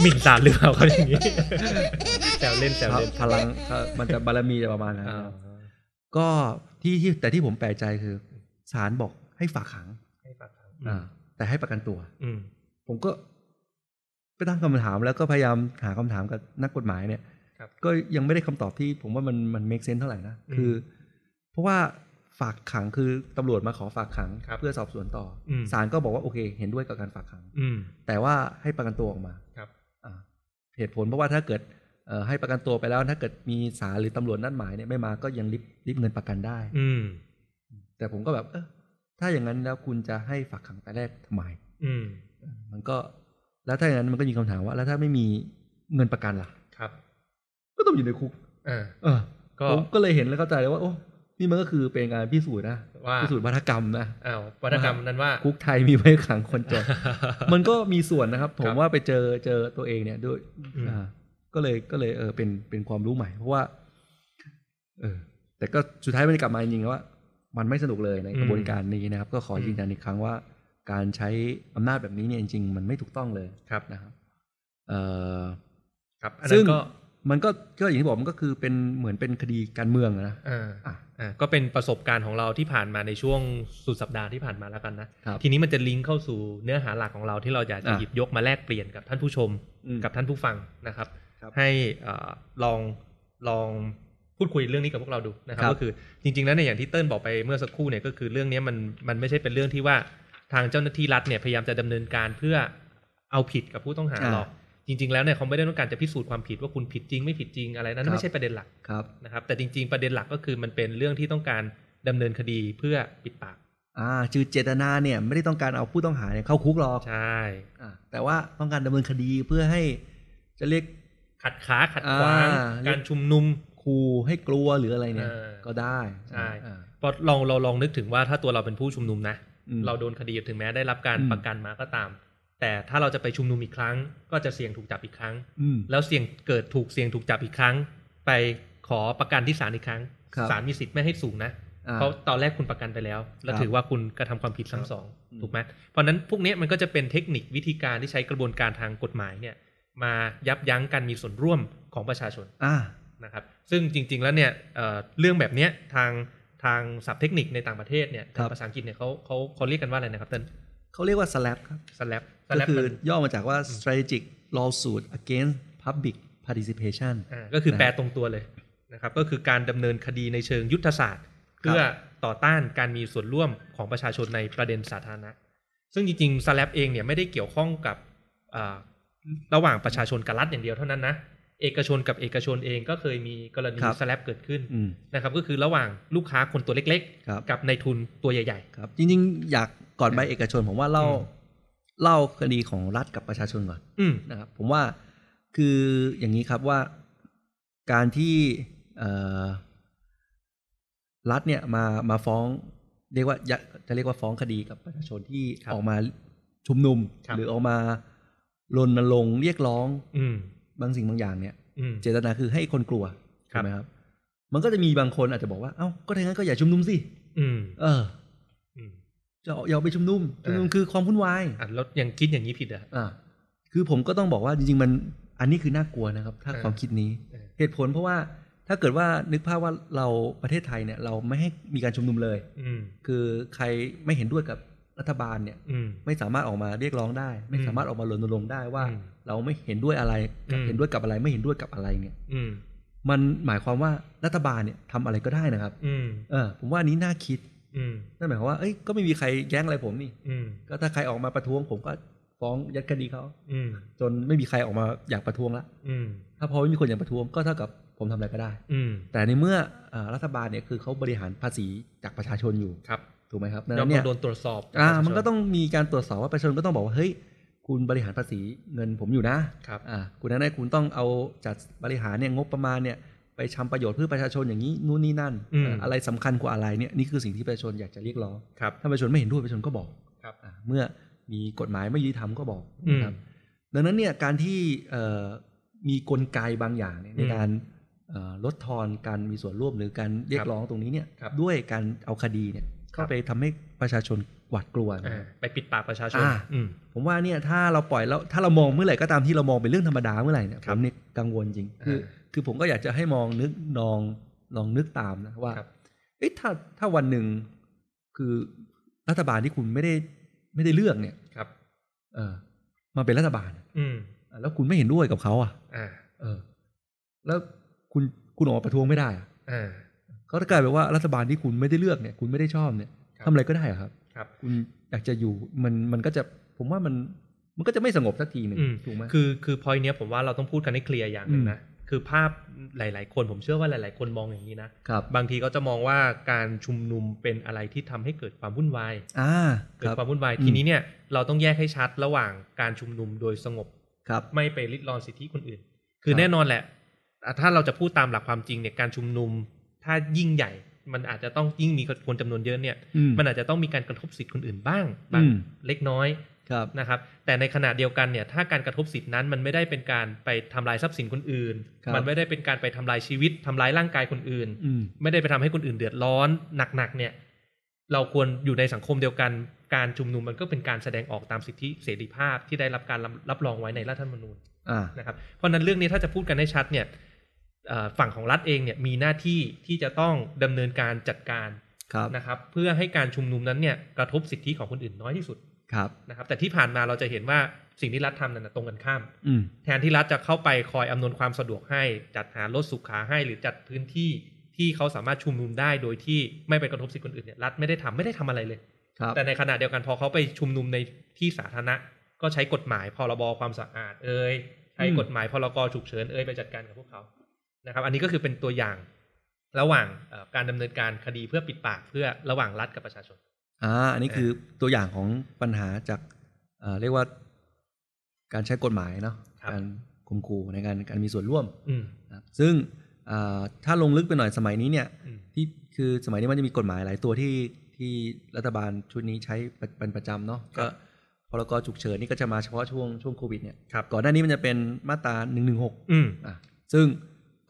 หมิ่นศาลหรือเปล่าเขาอย่างนี้ แซวเล่นแซว
ครับ
เล่น
พลังครับมันจะบารมีจะประมาณนั้น
อ่า
ครับก็ที่ที่แต่ที่ผมแปลกใจคือศาลบอกให้ฝากขัง
ให้ปากคำ
อ่าแต่ให้ประกันตัว
อืม
ผมก็ไปตั้งคำถามแล้วก็พยายามหาคำถามกับนักกฎหมายเนี่ย
ครับ
ก็ยังไม่ได้คำตอบที่ผมว่ามันมัน make sense เท่าไหร่นะ
อืม
คือ เพราะว่าฝากขังคือตำรวจมาขอฝากขัง
ครับ
เพื่อสอบสวนต่ออ
ม
ศาลก็บอกว่าโอเค เห็นด้วยกับการฝากขัง
อืม
แต่ว่าให้ประกันตัวออกมา
ครับ
อ่าเหตุผลเพราะว่าถ้าเกิดเอ่อให้ประกันตัวไปแล้วถ้าเกิดมีศาลหรือตำรวจนัดหมายเนี่ยไม่มาก็ยังริบริบเงินประกันได้
อืม
แต่ผมก็แบบเออถ้าอย่างนั้นแล้วคุณจะให้ฝากขังแต่แรกทำไม
อืม
มันก็แล้วถ้าอย่างนั้นมันก็มีคำถามว่า แล้วถ้าไม่มีเงินประกันล่ะ
ครับ
ก็ต้องอยู่ในคุก
อ่า
เออ
ก็
ผมก็เลยเห็นแล้วเข้าใจเลยว่าโอ้นี่มันก็คือเป็นการพิสูจน์นะ
ว่า
พิสูจน์วัฒกรรมนะ
อ้าววัฒกรรมนั้นว่า (laughs)
คุกไทยมีไว้ขังคนจน มันก็มีส่วนนะครับ ผ
ครั
ม
บ
ว่าไปเจอเจอตัวเองเนี่ยด้วย
อืม
อ่าก็เลยก็เลยเออเป็นเป็นความรู้ใหม่ เพราะว่า เออ แต่ก็สุดท้ายมันกลับมาจริงๆว่า มันไม่สนุกเลยในกระบวนการนี้นะครับ ก็ขอยืนยันอีกครั้งว่า การใช้อำนาจแบบนี้เนี่ยจริงๆมันไม่ถูกต้องเลย
ครับ
นะครับ เอ่อ
ครับอัน
ซึ่ง
นั้นก็
มันก็ก็อย่างที่บอกมันก็คือเป็นเหมือนเป็นคดีการเมืองอะนะ
อ่า
อ่ะ
อ่าก็เป็นประสบการณ์ของเราที่ผ่านมาในช่วงสุดสัปดาห์ที่ผ่านมาแล้วกันนะ
ครับ
ทีนี้มันจะลิงก์เข้าสู่เนื้อหาหลักของเราที่เราอยากจะ
อ่ะ
หยิบยกมาแลกเปลี่ยนกับท่านผู้ชม
อืม
กับท่านผู้ฟังนะครับ
ครับ
ให้เอ่อลองลองพูดคุยเรื่องนี้กับพวกเราดูนะครับ
ครับ
ก็คือจริงๆแล้วเนี่ยอย่างที่เติ้ลบอกไปเมื่อสักครู่เนี่ยก็คือเรื่องเนี้ยมันมันไม่ใช่เป็นเรื่องที่ว่าทางเจ้าหน้าที่รัฐเนี่ยพยายามจะดำเนินการเพื่อเอาผิดกับผู้ต้องหา
อ่า
หรอกจริง ๆ แล้วเนี่ยเขาไม่ได้ต้องการจะพิสูจน์ความผิดว่าคุณผิดจริงไม่ผิดจริงอะไรนั้
ครับ
นไม่ใช่ประเด็นหลัก
ครับ
นะครับ แต่จริง ๆประเด็นหลักก็คือมันเป็นเรื่องที่ต้องการดำเนินคดีเพื่อปิดปาก
อ่าจือเจตนาเนี่ยไม่ได้ต้องการเอาผู้ต้องหาเนี่ยเข้าคุกหรอก
ใช่
อ่ะแต่ว่าต้องการดำเนินคดีเพื่อให้จะเรียก
ขัดขาขัดขวาง
อ่า
การชุมนุม
คูให้กลัวหรืออะไรเนี่ย
เออ
ก็ได้
ใช่
อ่า
พอลองเราลองนึกถึงว่าถ้าตัวเราเป็นผู้ชุมนุมนะ
อืม
เราโดนคดีถึงแม้ได้รับการ
อืม
ประกันมาก็ตาม แต่ถ้าเราจะไปชุมนุมอีกครั้ง ก็จะเสี่ยงถูกจับอีกครั้ง
อืม
แล้วเสี่ยงเกิดถูกเสี่ยงถูกจับอีกครั้ง ไปขอประกันที่ศาลอีกครั้ง
ครับ
ศาลมีสิทธิ์ไม่ให้สูงนะ
อ่
เพราะตอนแรกคุณประกันไปแล้ว แล้
ค
ว
รับ
ถือว่าคุณกระทำความผิดซ้ำสอง
อืม
ถูกไหมเพราะฉะนั้นพวกเนี้ยมันก็จะเป็นเทคนิควิธีการที่ใช้กระบวนการทางกฎหมายเนี่ยมายับยั้งการมีส่วนร่วมของประชาชน
อ่า
นะครับซึ่งจริง ๆ แล้วเนี่ยเอ่อเรื่องแบบเนี้ยทางทางศัพท์เทคนิคในต่างประเทศเนี่ย
ครับ
ภาษาอังกฤษเนี่ยเขาเขาเขาเรียกกันว่าอะไรนะครับเต้น
เขาเรียกว่า slap ครับ
สแลปส
ก็
แลป
คือย่อมาจากว่า strategic lawsuit against public participation
ก็คือ
นะ
แปลตรงตัวเลยนะครับก็คือการดำเนินคดีในเชิงยุทธศาสตร์ เพื่อต่อต้านการมีส่วนร่วมของประชาชนในประเด็นสาธารณะ ซึ่งจริงๆสแลปเองเนี่ยไม่ได้เกี่ยวข้องกับอ่าระหว่างประชาชนกับรัฐอย่างเดียวเท่านั้นนะเอกชนกับเอกชนเองก็เคยมีกรณี
ครับ
สแลปเกิดขึ้น
อืม
นะครับก็คือระหว่างลูกค้าคนตัวเล็ก ๆ
ครับ
กับในทุนตัวใหญ่
ครับ จริงๆ อยากก่อนไปเอกชน ผมว่าเล่า
อืม
เล่าคดีของรัฐกับประชาชนก่อน
ๆ อืม
นะครับผมว่าคืออย่างนี้ครับว่าการที่เอ่อรัฐเนี่ยมามาฟ้อง เรียกว่าอยากจะเรียกว่าฟ้องคดีกับประชาชนที่
ครับ
ออกมาชุมนุม
ครับ
หรือออกมารณรงค์เรียกร้อง
อืม
บางสิ่งบางอย่างเนี่ย
อืม
เจตนาคือให้คนกลัว
ค
ใช่
รับ
ไหมครับ มันก็จะมีบางคนอาจจะบอกว่า เอ้า ก็ถ้างั้นก็อย่าชุมนุมสิ
อืม
เออ
อืม
จะอย่าไปชุมนุม
เออ
ชุมนุมคือความวุ่นวาย
อ่ะแล้วยังคิดอย่างนี้ผิดเหรอ่ะ
อ่า คือผมก็ต้องบอกว่าจริง ๆ มัน อันนี้คือน่ากลัวนะครับ ถ้า
เออ
ความคิดนี้
เออ
เหตุผลเพราะว่าถ้าเกิดว่านึกภาพว่าเราประเทศไทยเนี่ย เราไม่ให้มีการชุมนุมเลย
อืม
คือใครไม่เห็นด้วยกับรัฐบาลเนี่ย
อืม
ไม่สามารถออกมาเรียกร้องได้ ไม่
อืม
สามารถออกมารณรงค์ได้ว่า
อืม
เราไม่เห็นด้วยอะไรกับ
อืม
เห็นด้วยกับอะไร ไม่เห็นด้วยกับอะไรเนี่ย
อืม
มันหมายความว่ารัฐบาลเนี่ยทำอะไรก็ได้นะครับ
อืม
เออผมว่าอันนี้น่าคิด
อืม
นั่นหมายความว่าเอ้ยก็ไม่มีใครแย้งอะไรผมนี่
อืม
ก็ถ้าใครออกมาประท้วง ผมก็ฟ้องยัดคดีเขา
อืม
จนไม่มีใครออกมาอยากประท้วงละ
อืม
ถ้าพอไม่มีคนอยากประท้วงก็เท่ากับผมทำอะไรก็ได้
อืม
แต่ในเมื่อเอ่อรัฐบาลเนี่ยคือเขาบริหารภาษีจากประชาชนอยู่
ครับ
ถูกไหมครับดัง
ยอ
นั้
ม
นเนี่ย
โดนตรวจสอบ
อ่ามันก็ต้องมีการตรวจสอบว่าประชาชนก็ต้องบอกว่าเฮ้ยคุณบริหารภาษีเงินผมอยู่นะครับ อ่าคุณนั้นคุณต้องเอาจัดบริหารเนี่ยงบประมาณเนี่ยไปทำประโยชน์เพื่อประชาชนอย่างนี้นู่นนี่นั่น
อืม
เอ่ออะไรสำคัญกว่าอะไรเนี่ยนี่คือสิ่งที่ประชาชนอยากจะเรียกร้อง
ครับ
ถ้าประชาชนไม่เห็นด้วยประชาชนก็บอก
ครับ
อ่ะเมื่อมีกฎหมายไม่ยุติธรรมก็บอก
อืม
นะครับดังนั้นเนี่ยการที่เอ่อมีกลไกบางอย่างเนี่ยใน
อืม
การเอ่อลดทอนการมีส่วนร่วมหรือการเรียกร้องตรงนี้เนี่ย
ครับ
ด้วยการเอาคดีเนี่ย
ครั
เข้า
บ
ไปทำให้ประชาชนหวาดกลัวนะ
อ่า
ครับ
ไปปิดปากประชาชน
อ่า
อืม
ผมว่าเนี่ยถ้าเราปล่อยแล้วถ้าเรามองเมื่อไหร่ก็ตามที่เรามองเป็นเรื่องธรรมดาเมื่อไหร่เนี่ย
ค
ผ
รับ
มเนี่ยกังวลจริง คือ
อ่า
คือผมก็อยากจะให้มองนึกนองลองนึกตามนะว่า
ครับ
เอ้ถ้าถ้าวันหนึ่งคือรัฐบาลที่คุณไม่ได้ไม่ได้เลือกเนี่ย
ครับ
เออ มาเป็นรัฐบาล
อืม
อ่ะแล้วคุณไม่เห็นด้วยกับเขาอ่ะ
อ่า
เออ แล้วคุณคุณออกมาประท้วงไม่ได้อ่ะ
อ่า
ก็จะกลายเป็นว่ารัฐบาลที่คุณไม่ได้เลือกเนี่ย คุณไม่ได้ชอบเนี่ย
ครับ
ทำอะไรก็ได้อะครับ
ครับ
คุณอยากจะอยู่มันมันก็จะผมว่ามันมันก็จะไม่สงบสักทีหนึ่ง
อืม
ถูกไหม
คือคือพอยเนี้ยผมว่าเราต้องพูดกันให้เคลียร์อย่างหนึงนะ คือภาพหลาย ๆ คนผมเชื่อว่าหลาย ๆ คนมองอย่างนี้นะ
ครับ
บางทีก็จะมองว่าการชุมนุมเป็นอะไรที่ทำให้เกิดความวุ่นวาย
อ่าค
เกิด
รับ
ความวุ่นวาย
อืม
ทีนี้เนี่ยเราต้องแยกให้ชัดระหว่างการชุมนุมโดยสงบ
ครับ
ไม่ไปริดรอนสิทธิคนอื่น
ค
คือ
รับ
แน่นอนแหละอ่ะถ้าเราจะพูดตามหลักความจริงเนี่ยการชุมนุมถ้ายิ่งใหญ่ มันอาจจะต้องยิ่งมีคนจำนวนเยอะเนี่ย มันอาจจะต้องมีการกระทบสิทธิคนอื่นบ้างบาง
อืม
เล็กน้อย
ครับ
นะครับ แต่ในขณะเดียวกันเนี่ยถ้าการกระทบสิทธินั้นมันไม่ได้เป็นการไปทำลายทรัพย์สินคนอื่น
ครับ
มันไม่ได้เป็นการไปทำลายชีวิตทำลายร่างกายคนอื่น
อืม
ไม่ได้ไปทำให้คนอื่นเดือดร้อนหนักๆเนี่ย เราควรอยู่ในสังคมเดียวกัน การชุมนุมมันก็เป็นการแสดงออกตามสิทธิเสรีภาพที่ได้รับการรับรองไว้ในรัฐธรรมนูญ
อ่า
นะครับเพราะฉะนั้นเรื่องนี้ถ้าจะพูดกันให้ชัดเนี่ย เอ่อฝั่งของรัฐเองเนี่ยมีหน้าที่ที่จะต้องดำเนินการจัดการ
ครับ
นะครับ เพื่อให้การชุมนุมนั้นเนี่ยกระทบสิทธิของคนอื่นน้อยที่สุด
ครับ
นะครับ แต่ที่ผ่านมาเราจะเห็นว่าสิ่งที่รัฐทำนั้นนะตรงกันข้าม
อืม
แทนที่รัฐจะเข้าไปคอยอำนวยความสะดวกให้ จัดหารถสุขาให้หรือจัดพื้นที่ที่เขาสามารถชุมนุมได้โดยที่ไม่ไปกระทบสิทธิคนอื่นเนี่ยรัฐไม่ได้ทำไม่ได้ทำอะไรเลย
ครับ
แต่ในขณะเดียวกันพอเขาไปชุมนุมในที่สาธารณะ ก็ใช้กฎหมายพรบความสะอาดเอ่ยใช้
อืม
กฎหมายพรกฉุกเฉินเอ่ยไปจัดการกับพวกเขานะครับ อันนี้ก็คือเป็นตัวอย่างระหว่างเอ่อการดำเนินการคดีเพื่อปิดปากเพื่อระหว่างรัฐกับประชาชน
อ่า อันนี้คือตัวอย่างของปัญหาจากเอ่อเรียกว่า การใช้กฎหมายเนาะ
ครับ
การข่มขู่ในการการมีส่วนร่วม
อืม
นะครับซึ่งอ่าถ้าลงลึกไปหน่อยสมัยนี้เนี่ย
อืม
ที่คือสมัยนี้มันจะมีกฎหมายหลายตัวที่ที่รัฐบาลชุดนี้ใช้เป็นประจำเนาะก็พรกฉุกเฉินนี่ก็จะมาเฉพาะช่วงช่วงโควิดเนี่ยครับก่อนหน้านี้มันจะเป็นมาตรา1นึ
อืม
อ่ะซึ่ง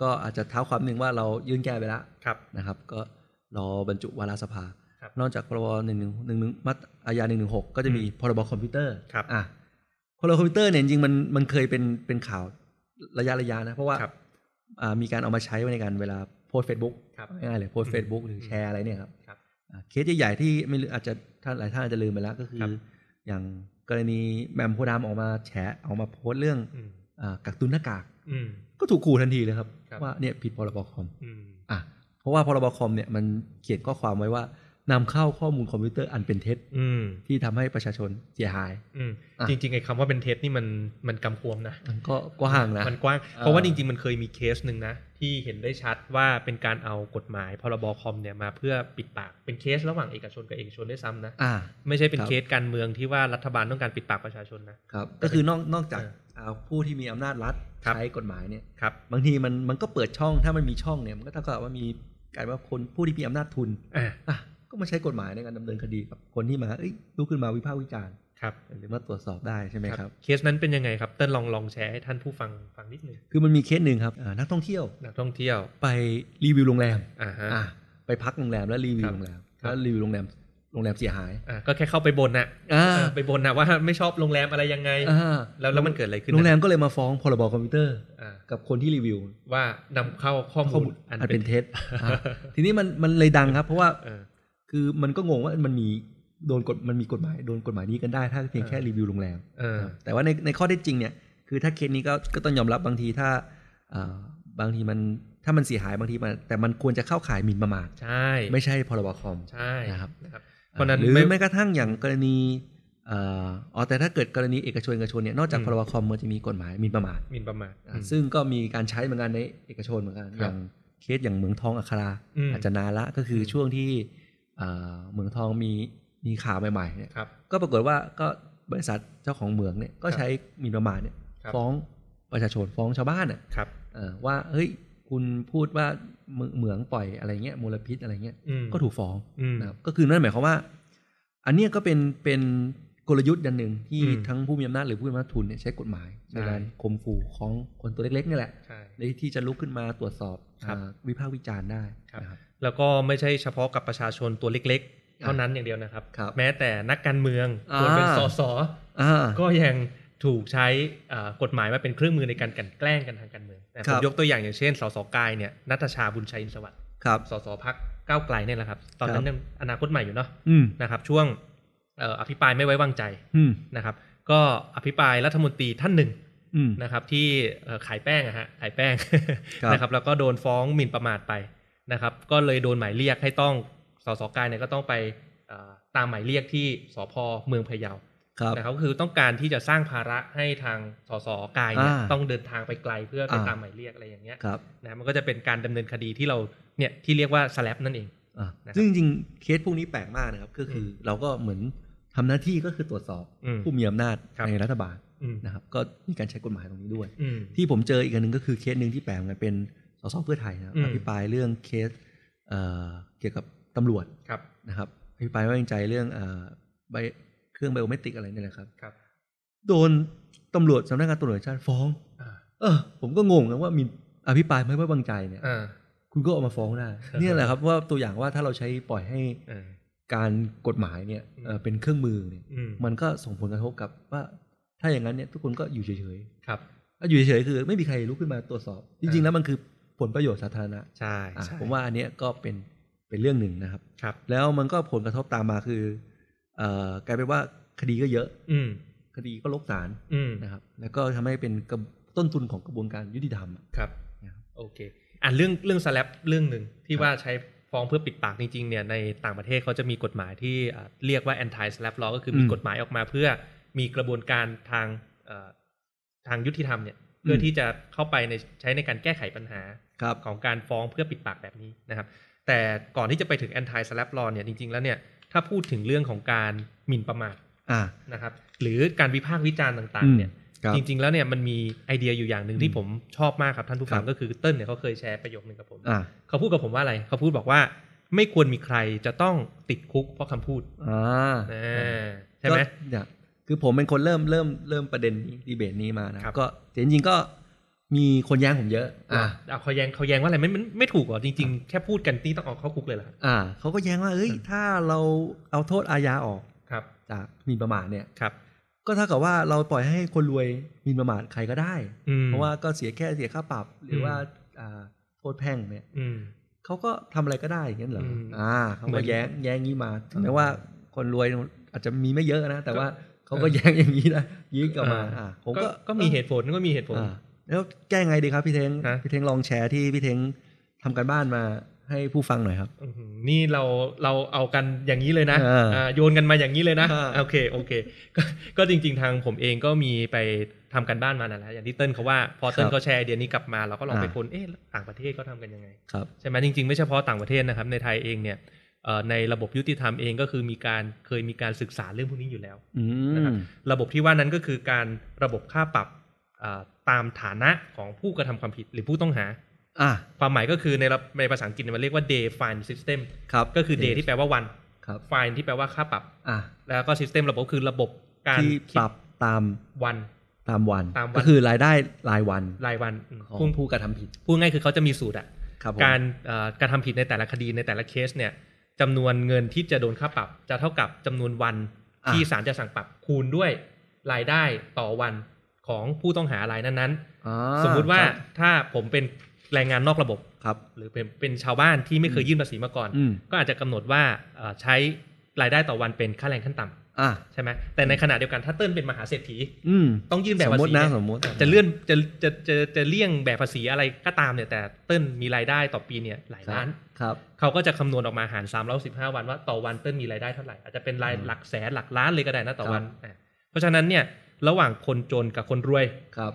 ก็อาจจะเท้าความหนึ่งว่าเรายื่นแก้ไปแล้ว
ครับ
นะครับ ก็รอบรรจุวาระสภา
ครับ
นอกจากพรบหนึ่งหนึ่งหนึ่งมาตราอาญาหนึ่งหนึ่งหกก็จะมีพรบคอมพิวเตอร์
ครับ
อ่ะพรบคอมพิวเตอร์เนี่ยจริงๆมันมันเคยเป็นเป็นข่าวระยะระยะนะเพราะว่า
ครับ
อ่ามีการเอามาใช้ไว้ในการเวลาโพสเฟซบุ๊ก
ครับ
ง่ายๆเลยโพส
อืม
เฟซบุ๊กหรือ
ม
แชร์อะไรเนี่ยครับ
ครับ
อ่าเคสใหญ่ๆที่ไม่ลืมอาจจะท่านหลายท่านอาจจะลืมไปแล้วก็คือ
ครับ
อย่างกรณีแหมมโพธิ์ดามออกมาแฉออกมาโพสต์เรื่อง
อืม
อากักตุนหน้ากาก
อืม
ก็ถูกขู่ทันทีเลยครับ
ครับ
ว่าเนี่ยผิดพรบคอม
อืม
อ่ะเพราะว่าพรบคอมเนี่ยมันเขียนข้อความไว้ว่านำเข้าข้อมูลคอมพิวเตอร์อันเป็นเท็จ
อืม
ที่ทำให้ประชาชนเสียหาย
อืม
อ่ะ
จริงๆไอ้คำว่าเป็นเท็จนี่มันมันกำกวมนะ
มันก็ก็ห่างนะ
มันกว้าง
เออ
เพราะว่าจริงๆ มันเคยมีเคสหนึ่งนะ ที่เห็นได้ชัดว่าเป็นการเอากฎหมายพรบคอมเนี่ยมาเพื่อปิดปากเป็นเคสระหว่างเอกชนกับเอกชนด้วยซ้ำนะ
อ่า
ไม่ใช่เป็น
ครับ
เคสการเมืองที่ว่ารัฐบาลต้องการปิดปากประชาชนนะ
ครับก็คือนอกนอกจาก
เออ
อ่าผู้ที่มีอำนาจรัฐ
ครับ
ใช้กฎหมายเนี่ย
ครับ
บางทีมันมันก็เปิดช่องถ้ามันมีช่องเนี่ยมันก็เท่ากับว่ามีกลายเป็นว่าคนผู้ที่มีอำนาจทุน
อ่า
อ่ะก็มาใช้กฎหมายในการดำเนินคดีกับคนที่มาเอ้ยลุกขึ้นมาวิพากษ์วิจารณ์
ครับ
หรือมาตรวจสอบได้ใช่ไหมครับ
เคสนั้นเป็นยังไงครับเต้นลองลองแชร์ให้ท่านผู้ฟังฟังนิดหนึง
คือมันมีเคสหนึ่งครับอ่านักท่องเที่ยว
นักท่องเที่ยว
ไปรีวิวโรงแรม
อ่าฮะ
อ่ะไปพักโรงแรมแล้วรีวิว
ครับ
โรงแรม
ครับ
แล้วรีวิวโรงแรมโรงแรมเสียหาย
อ่าก็แค่เข้าไปบนนะ
อ่า
เออไปบนนะว่าไม่ชอบโรงแรมอะไรยังไง
อ่า
แล้วแล้วมันเกิดอะไรขึ้น
โรงแรมก็เลยมาฟ้องพรบคอมพิวเตอร์
อ่า
กับคนที่รีวิว
ว่านำเข้าข้อมูล
อันเป็น
(laughs)
เท็จอ่ะทีนี้มันมันเลยดังครับเพราะว่า
เออ
คือมันก็งงว่ามันมีโดนกฎมันมีกฎหมายโดนกฎหมายนี้กันได้ถ้าเพียงแค่
เออ
รีวิวโรงแรม
เออ
แต่ว่าในในข้อเท็จจริงเนี่ยคือถ้าเคสนี้ก็ก็ต้องยอมรับบางทีถ้าเอ่อบางทีมันถ้ามันเสียหายบางทีมันแต่มันควรจะเข้าข่ายหมิ่นประมาท
ใช่
ไม่ใช่พรบคอม
ใช่
นะครับ
นะครับ เพราะฉะนั้น
หรือ
ไม่
แม้กระทั่งอย่างกรณีเอ่ออ๋อแต่ถ้าเกิดกรณีเอกชนเอกชนเนี่ยนอกจาก
อืม
พรบคอมมันจะมีกฎหมายหมิ่นประมาท
หมินประมาท
อ่ะ
อืม
ซึ่งก็มีการใช้เหมือนกันในเอกชนเหมือนกัน
ค
อ
รับ
ย่างเคสอย่างเหมืองทองอัครา
อืม
อาจจะนานละก็คือช่วงที่เอ่อเหมืองทองมีมีข่าวใหม่ๆเนี่ย
ครับ
ก็ปรากฏว่าก็บริษัทเจ้าของเหมืองเนี่ยก็
ครับ
ใช้หมีประมาทเนี่ย
ครับ
ฟ้องประชาชนฟ้องชาวบ้านอ่ะ
ครับ
เอ่อว่าเฮ้ยคุณพูดว่าเหมืองเหมืองปล่อยอะไรเงี้ยมลพิษอะไรเงี้ย
อืม
ก็ถูกฟ้อง
อืม
นะครับก็คือนั่นหมายความว่า อันเนี้ยก็เป็นเป็นกลยุทธ์ดันหนึ่งที่
อืม
ทั้งผู้มีอำนาจหรือผู้มีอำนาจทุนเนี่ยใช้กฎหมาย
ใช่
ในการข่มขู่ของคนตัวเล็กๆนี่แหละ
ใช่
ในที่จะลุกขึ้นมาตรวจสอบ
ครับ
อ่าวิพากษ์วิจารณ์ได้
ครับ
นะครับ
แล้วก็ไม่ใช่เฉพาะกับประชาชนตัวเล็กๆ เท่านั้นอย่างเดียวนะครับ
ครับ
แม้แต่นักการเมือง
อ่า
ควรเป็นสส
อ่า
ก็ยังถูกใช้อ่ากฎหมายมาเป็นเครื่องมือในการกลันแกล้งกันทางการเมืองแต่
ค
ผ
รั
ม
บ
ยกตัวอย่างอย่างเช่นสสกายเนี่ยนัทชาบุญชัยอินทร์สวัสดิ์
ครับ
สสพักก้าวไกลเนี่ยแหละครับ ตอนนั้น
ครับ
ยังอนาคตใหม่อยู่เนาะ
อืม
นะครับ ช่วงเอ่ออภิปรายไม่ไว้วางใจ
อืม
นะครับ ก็อภิปรายรัฐมนตรีท่านหนึ่ง
อืม
นะครับที่เอ่อขายแป้งอะฮะขายแป้ง
ครับ
(laughs) นะครับแล้วก็โดนฟ้องหมิ่นประมาทไปนะครับ ก็เลยโดนหมายเรียกให้ต้องสสกายเนี่ยก็ต้องไปเอ่อตามหมายเรียกที่สพเมืองพะเยา
ครับ
นะครับก็คือต้องการที่จะสร้างภาระให้ทางสสกายเนี่ย
อ่า
ต้องเดินทางไปไกลเพื่อไป
อ่า
ตามหมายเรียกอะไรอย่างเงี้ย
ครับ
นะมันก็จะเป็นการดำเนินคดีที่เราเนี่ยที่เรียกว่าสแลปนั่นเอง
อ่ะ
นะครับ
ซึ่งจริงๆเคสพวกนี้แปลกมากนะครับ ก็คืออเราก็เหมือนทำหน้าที่ก็คือตรวจสอบ
อืม
ผู้มีอำนาจ
ครับ
ในรัฐบาล
อืม
นะครับ ก็มีการใช้กฎหมายตรงนี้ด้วย
อืม
ที่ผมเจออีกอันหนึ่งก็คือเคสหนึ่งที่แปลกเหมือนกันเป็นสสเพื่อไทยนะครับ
อืม
อภิปรายเรื่องเคสเอ่อเกี่ยวกับตำรวจ
ครับ
นะครับอภิปรายไม่ไว้วางใจเรื่องเอ่อใบเครื่องไบโอเมตริกอะไรเนี่ยแหละครับ
ครับ
โดนตำรวจสำนักงานตำรวจแห่งชาติฟ้อง
อ่า
เออ ผมก็งงนะว่ามีอภิปรายไม่ไว้วางใจเนี่ย
อ่า
คุณก็เอามาฟ้อง
(laughs)
ได้เนี่ยแหละครับว่าตัวอย่างว่าถ้าเราใช้ปล่อยให้
เออ
การกฎหมายเนี่ยเอ่อ
อืม
เป็นเครื่องมือเนี่ย
อืม
มันก็ส่งผลกระทบกับว่า ถ้าอย่างนั้นเนี่ยทุกคนก็อยู่เฉย
ครับ
ๆถ้าอยู่เฉยๆคือ ไม่มีใครลุกขึ้นมาตรวจสอบ จริงๆ แล้วมันคือ ผลประโยชน์สาธารณะ
ใช่
อ่ะ
ใช่
ผมว่าอันเนี้ยก็เป็นเป็นเรื่องหนึ่งนะครับ
ครับ
แล้วมันก็ผลกระทบตามมาคือเอ่อกลายเป็นว่าคดีก็เยอะ
อืม
คดีก็ลกศาล
อืม
นะครับ แล้วก็ทำให้เป็นกระต้นทุนของกระบวนการยุติธรรมอะ
ครับ
นะครับ
โอเคอ่ะเรื่องเรื่องสแลปเรื่องหนึ่ง
ค
ที่
รับ
ว่าใช้ฟ้องเพื่อปิดปากจริงๆเนี่ยในต่างประเทศเขาจะมีกฎหมายที่อ่ะเรียกว่า anti slap law ก็คือมีกฎหมายออกมาเพื่อมีกระบวนการทางเอ่อทางยุติธรรมเนี่ยเพื่อที่จะเข้าไปในใช้ในการแก้ไขปัญหา
ครับ
ของการฟ้องเพื่อปิดปากแบบนี้นะครับ แต่ก่อนที่จะไปถึง anti slap law เนี่ยจริงๆแล้วเนี่ยถ้าพูดถึงเรื่องของการหมิ่นประมาท
อ่า
นะครับ หรือการวิพากษ์วิจารณ์ต่างๆเนี่ย
ครับ
จริงๆ แล้วเนี่ยมันมีไอเดียอยู่อย่างหนึ่งที่
อืม
ผมชอบมากครับท่านผู้ฟั
ค
ง
รับ
ก็คือเติ้ลเนี่ยเขาเคยแชร์ประโยคนึงกับผม
อ่า
เขาพูดกับผมว่าอะไร เขาพูดบอกว่าไม่ควรมีใครจะต้องติดคุกเพราะคำพูด
อ่า
อ่าใช่ไหม
ก็เนี่ยคือผมเป็นคนเริ่มเริ่มเริ่มประเด็นนี้ดีเบตนี้มานะครับ ก็จริงๆก็มีคนแย้งผมเยอะ อ่า
เอาเขาแยงเขาแยงว่าอะไรไม่ไม่ไม่ถูกเหรอจริง ๆ แค่พูดกันนี่ต้องเอาเข้าคุกเลยเหรอครับ
อ่าเขาก็แย้งว่าเอ้ย
อืม
ถ้าเราเอาโทษอาญาออก
ครับ
จากหมีประมาทเนี่ย
ครับ
ก็เท่ากับว่าเราปล่อยให้คนรวยหมีประมาทใครก็ได้
อืม
เพราะว่าก็เสียแค่เสียค่าปรับหรืออ
ม
ว่าอ่าโทษแพ่งเนี่ย
อืม
เขาก็ทำอะไรก็ได้อย่างนั้นเหรออ
ม
อ่าเขา
เหมื
ก็
อน
แย้งแย้งงี้มาถึง
อื
แม้
ม
ว่าคนรวยอาจจะมีไม่เยอะนะ แต่
ก็
ว่าเขาก็
เออ
แย้งอย่างนี้นะยื้อกลับมาอ่าผม
ก็
ก็
ก็มีเหตุผลก็มีเหตุผล
อ่าแล้วแก้ไงดีครับพี่เทง
ฮะ
พี่เทงลองแชร์ที่พี่เทงทำการบ้านมาให้ผู้ฟังหน่อยครับ
อื้อหือนี่เราเราเอากันอย่างนี้เลยนะ
เอออ่
าโยนกันมาอย่างนี้เลยนะ
เออ
โอเคโอเคก็ก็จริง ๆ ทางผมเองก็มีไปทำกันบ้านมานั่นแหละอย่างที่เติ้ลเขาว่าพอเติ้
ค
ล
รับ
เขาแชร์ไอเดียนี้กลับมาเราก็ลองไป
อ่า
ค้นเอ๊ะแล้วต่างประเทศเขาทำกันยังไง
ครับ
ใช่ไหมจริง ๆ ไม่เฉพาะต่างประเทศนะครับ ในไทยเองเนี่ยเอ่อในระบบยุติธรรมเองก็คือมีการเคยมีการศึกษาเรื่องพวกนี้อยู่แล้ว
อื
นะครับ
ม
ระบบที่ว่านั้นก็คือการระบบค่าปรับอ่าตามฐานะของผู้กระทำความผิดหรือผู้ต้องหา
อ่ะ
ความหมายก็คือในระในภาษาอังกฤษเนี่ยมันเรียกว่า day fine system
ครับ
ก็คือ day ที่แปลว่าวัน
ครับ
fine ที่แปลว่าค่าปรับ
อ่ะ
แล้วก็ system ระบบคือระบบการ
ที่
คิด
ปรับตาม
วัน
ตามวัน
ตามวัน
ก็คือรายได้รายวัน
รายวันอืม
ของ
พูด
ผู้กระทำผิด
พูดง่ายคือเขาจะมีสูตรอะ
ครับผม
การเอ่อกระทำผิดในแต่ละคดีในแต่ละเคสเนี่ยจำนวนเงินที่จะโดนค่าปรับ จะเท่ากับจำนวนวันที่ศาลจะสั่งปรับคูณด้วยรายได้ต่อวันของผู้ต้องหารายนั้น
อ่
ๆ สมมุติว่าถ้าผมเป็นแรงงานนอกระบบ
ครับ
หรือเป็นเป็นชาวบ้านที่ไม่เคยยื่นภาษีมาก่อน
อืม
ก็อาจจะกำหนดว่าเอ่อใช้รายได้ต่อวันเป็นค่าแรงขั้นต่ำ
อ่ะ
ใช่ไหมแต่ในขณะเดียวกันถ้าเติ้ลเป็นมหาเศรษฐี
อืม
ต้องยื่นแบ
สม
บภาม
ติ
ษี
นะ
เนี่ย
สมมติ
จะเลื่อนจะจะจะจะเลี่ยงแบบภาษีอะไรก็ตามเนี่ยแต่เติ้ลมีรายได้ต่อปีเนี่ยหลายล้าน
ครับ
เขาก็จะคำนวณออกมาหาร 315 วันว่าต่อวันเติ้ลมีรายได้เท่าไหร่อาจจะเป็นราย
อืม
หลักแสนหลักล้านเลยก็ได้นะต่อวัน
ครับ
อ่ะเพราะฉะนั้นเนี่ยระหว่างคนจนกับคนรวย
ครับ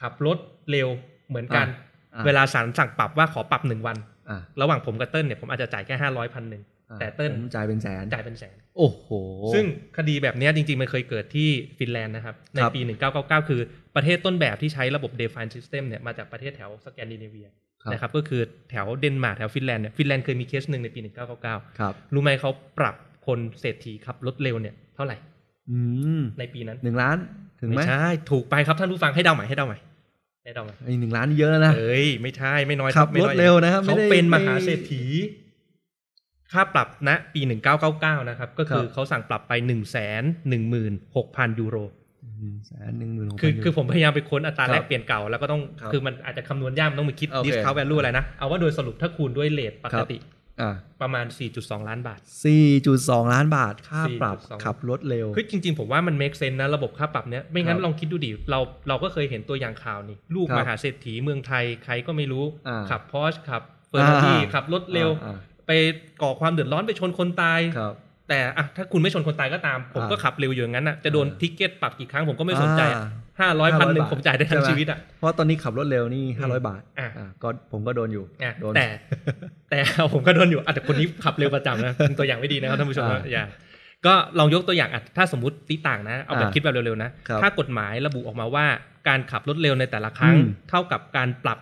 ขับรถเร็วเหมือนกัน
อ่ะ
เวลาศาลสั่งปรับว่าขอปรับหนึ่งวัน
อ่ะ
ระหว่างผมกับเติ้ลเนี่ยผมอาจจะจ่ายแค่ห้าร้อยพันหนึ่ง
อ่ะ
แต่เติ้ล
ผมจ่ายเป็นแสน
จ่ายเป็นแสน
โอ้โห
ซึ่งคดีแบบเนี้ยจริง ๆ มันเคยเกิดที่ฟินแลนด์นะครับ ใน
ครับ
ปี 1999 คือประเทศต้นแบบที่ใช้ระบบ Define System เนี่ยมาจากประเทศแถวสแกนดิเนเวียนะครับก็คือแถวเดนมาร์กแถวฟินแลนด์เนี่ยฟินแลนด์เคยมีเคสหนึ่งในปี 1999
ครับ
รู้ไหมเขาปรับคนเศรษฐีขับรถเร็วเนี่ยเท่าไหร่
อืม
ในปีนั้น
หนึ่งล้านถึงไหม
ไม่ใช่ ถูกไปครับท่านผู้ฟังให้เดาใหม่ให้เดาใหม่ให้เดาใหม่
ไอ้หนึ่งล้านนี่เยอะแล้วนะ
เอ้ยไม่ใช่ไม่น้อย
ขับ
ไม่
ร
น้
ถ
อย
เร็วนะครับ
เขา
ไม่ได้
เป็นม
ไ
หาเศรษฐี ค่าปรับณปี 1999 นะครับ ก็คื
ค
อ
รับ
เขาสั่งปรับไป 1 1 6 0 0 0 ยูโร
อืมแสนหนึ่งหมื่นหกพัน
คือ
ยูโร
คือผมพยายามไปค้นอัตรา
ครับ
แลกเปลี่ยนเก่า แล้วก็ต้อง
ครับ
คือมันอาจจะคำนวณยากมันต้องมาคิด
โอเค
discount value อะไรนะ เอาว่าโดยสรุปถ้าคูณด้วยเลทปกติ
อ่ะ
ประมาณ 4.2 ล้านบาท
สี่จุดสองล้านบาทค่าปรับ
4.2
ขับรถเร็ว
คือจริง ๆ ผมว่ามัน make sense นะ ระบบค่าปรับเนี้ยไม่งั้
คน รับ
ลองคิดดูดิเราเราก็เคยเห็นตัวอย่างข่าวนี่ ลูก
ครับ
มหาเศรษฐีเมืองไทยใครก็ไม่รู้
อ่า
ขับพอชขับเฟอร์รารี่ขับรถเร็ว
อ่ะ
ไปก่อความเดือดร้อนไปชนคนตาย
อ่ะครับ
แต่อะถ้าคุณไม่ชนคนตายก็ตาม ผม
อ่า
ก็ขับเร็วอยู่อย่างนั้นอ่ะจะโดน
อ่า
ทิกเก็ตปรับกี่ครั้งผมก็ไม่สนใจ
อ่ะ
ห้าร้อยพันหนึ่ง
500
ผมจ่ายได้ทั้งชีวิตอ่ะ
เพราะตอนนี้ขับรถเร็วนี่ห้าร้อยบาท
อ่ะ
ะก็ผมก็โดนอยู่
อ่ะ
โดน
แต่
(laughs)
แต่ (laughs) ผมก็โดนอยู่อะแต่คนนี้ขับเร็วประจำนะเป็นตัวอย่างไม่ดีนะครับท่านผู้ชม
อ่า
อย่าก็ลองยกตัวอย่างอ่ะถ้าสมมติตีต่างนะเอาแบบ
อ่า
คิดแบบเร็วๆนะครับ ถ้ากฎหมายระบุออกมาว่าการขับรถเร็วในแต่ละครั้ง
อืม
เท่ากับการปรับ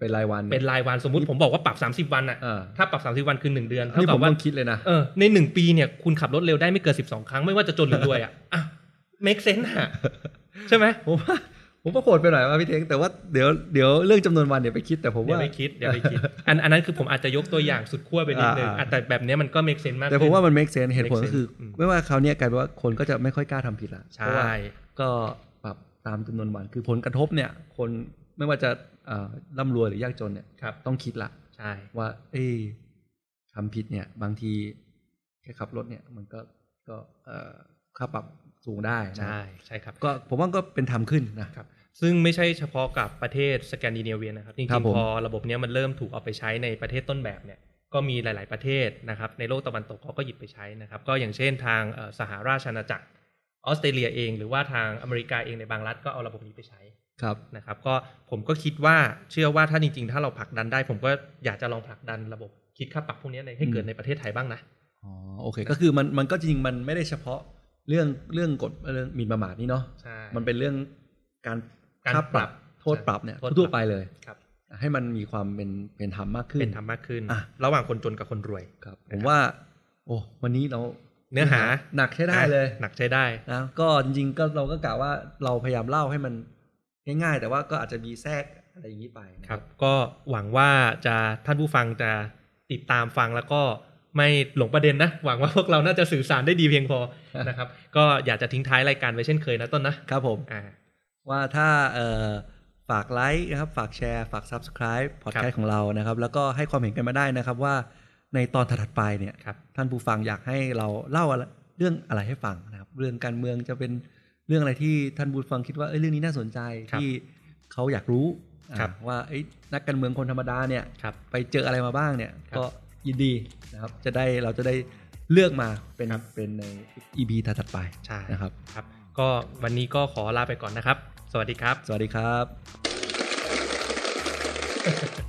เป็นรายวัน
เป็นรายวันสมมติผมบอกว่าปรับ 30 วันอ่ะ
อ่ะ
ถ้าปรับ 30 วันคือหนึ่งเดือน
อัน
เท่า
นี่ผ
กับ
ม
ว่า
ต้องคิดเลยนะ
เออในหนึ่งปีเนี่ยคุณขับรถเร็วได้ไม่เกินสิบสองครั้งไม่ว่าจะจนหรือรวยอ่ะ อ่ะ make sense อ่ะ ใช่ไหม
ผมว่า (laughs) ผมว่าโหดไปหน่อยว่าพี่เทงแต่ว่าเดี๋ยวเดี๋ยวเรื่องจำนวนวันเดี๋ยวไปคิดแต่ผม
เดี๋ย
ว่า
วไปคิดเดี๋ยวไปคิด อันอันนั้นคือผมอาจจะยกตัวอย่างสุดขั้วไปนิดนึง
อ่า
อ่ะแต่แบบเนี้ยมันก็ make sense มาก
แต่ผมว่า
ขึ้
มัน make sense เหตุผล
make
ก็
sense
คืออ
ม
ไม่ว่าคราวเนี้ยกลายเป็นว่าคนก็จะไม่ค่อยกล้าทำผิดละเพราะว่า
ใช่
ก็ปรับตามจำนวนวันคือผลกระทบเนี่ย คน ไม่ว่าจะเอ่อร่ำรวยหรือยากจนเนี่ย
ครับ
ต้องคิดละ
ใช่
ว่า เอ้ยทำผิดเนี่ย บางทีแค่ขับรถเนี่ย มันก็ก็เอ่อค่าปรับสูงได้นะ
ใช่ใช่ครับ
ก็ผมว่าก็เป็นธรรมขึ้นนะ
ครับ ซึ่งไม่ใช่เฉพาะกับประเทศสแกนดิเนเวียนะครับ จริ
ครั
ง
บผม
ๆ พอระบบเนี้ยมันเริ่มถูกเอาไปใช้ในประเทศต้นแบบเนี่ย ก็มีหลาย ๆ ประเทศนะครับ ในโลกตะวันตกเขาก็หยิบไปใช้นะครับ ก็อย่างเช่นทางเอ่อสหราชอาณาจักรออสเตรเลียเอง หรือว่าทางอเมริกาเองในบางรัฐก็เอาระบบนี้ไปใช้
ครับ
นะครับ ก็ผมก็คิดว่าเชื่อว่าถ้าจริง ๆ ถ้าเราผลักดันได้ ผมก็อยากจะลองผลักดันระบบคิดค่าปรับพวกเนี้ยในให้เกิด
อืม
ในประเทศไทยบ้างนะ
อ๋อโอเค ก็คือมันมันก็จริงมันไม่ได้เฉพาะเรื่องเรื่องกฎเรื่องหมิ่นประมาทนี่เนาะ
ใช่
มันเป็นเรื่องการ
การ
ค่าปรับ
ปรับ
โทษปรับเนี่ย
โทษปรับ
ทั่วๆไปเลย
ครับ
ให้มันมีความเป็นเป็นธรรมมากขึ้น
เป็นธรรมมากขึ้น
อ่ะ
ระหว่างคนจนกับคนรวย
ครับ
นะค
ผ
รับ
มว่า โอ้วันนี้เรา
เนื้อหา
หนักใช้ได้เลย
หนักใช้ได้
นะก็จริงๆก็เราก็กะว่าเราพยายามเล่าให้มันง่ายๆ แต่ว่าก็อาจจะมีแทรกอะไรอย่างนี้ไปนะครับ
ก็หวังว่าจะท่านผู้ฟังจะติดตามฟังแล้วก็ไม่หลงประเด็นนะ หวังว่าพวกเราน่าจะสื่อสารได้ดีเพียง
(laughs)
พอนะครับ ก็อยากจะทิ้งท้ายรายการไว้เช่นเคยนะต้นนะครับ
ผม
อ่า
ว่าถ้าเอ่อฝากไลค์นะครับ ฝากแชร์ ฝาก subscribe พอดแคส
ครั
ต์
บ
ของเรานะครับ แล้วก็ให้ความเห็นกันมาได้นะครับว่าในตอนถัดๆไปเนี่ย
ครับ
ท่านผู้ฟังอยากให้เราเล่าอะไรเรื่องอะไรให้ฟังนะครับ เรื่องการเมืองจะเป็นเรื่องอะไรที่ท่านผู้ฟังคิดว่าเอ้ยเรื่องนี้น่าสนใจ
ครับ
ที่เขาอยากรู้อ่า
ครับ
ว่าเอ้ยนักการเมืองคนธรรมดาเนี่ย
ครับ
ไปเจออะไรมาบ้างเนี่ย
ครับ
ก็ยินดีนะครับจะได้เราจะได้เลือกมาเป็น
ครับ
เป็นใน EP ถัดๆไป
ใช่
นะครับ
ครับ ก็วันนี้ก็ขอลาไปก่อนนะครับ สวัสดีครับ
สวัสดีครับ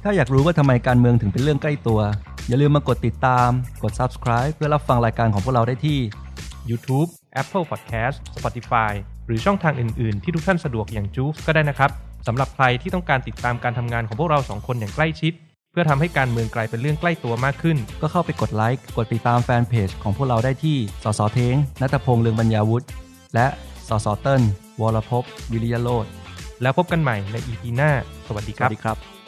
ถ้าอยากรู้ว่าทำไมการเมืองถึงเป็นเรื่องใกล้ตัว อย่าลืมมากดติดตาม กด subscribe เพื่อรับฟังรายการของพวกเราได้ที่
YouTube Apple Podcast Spotify หรือช่องทางอื่น ๆ ที่ทุกท่านสะดวกอย่างจูฟก็ได้นะครับสำหรับใครที่ต้องการติดตามการทำงานของพวกเราสองคนอย่างใกล้ชิด เพื่อทำให้การเมืองกลายเป็นเรื่องใกล้ตัวมากขึ้น
ก็เข้าไปกดไลค์ กดติดตามแฟนเพจของพวกเราได้ที่ สสเทงนัตพงษ์เลืองบรรยาวุฒิ และสสเติ้ลวรภพวิริยโรธ
แล้วพบกันใหม่ใน EP หน้า สวัสดี
ส
ค
วั
รั
ส
บ
ดีครับ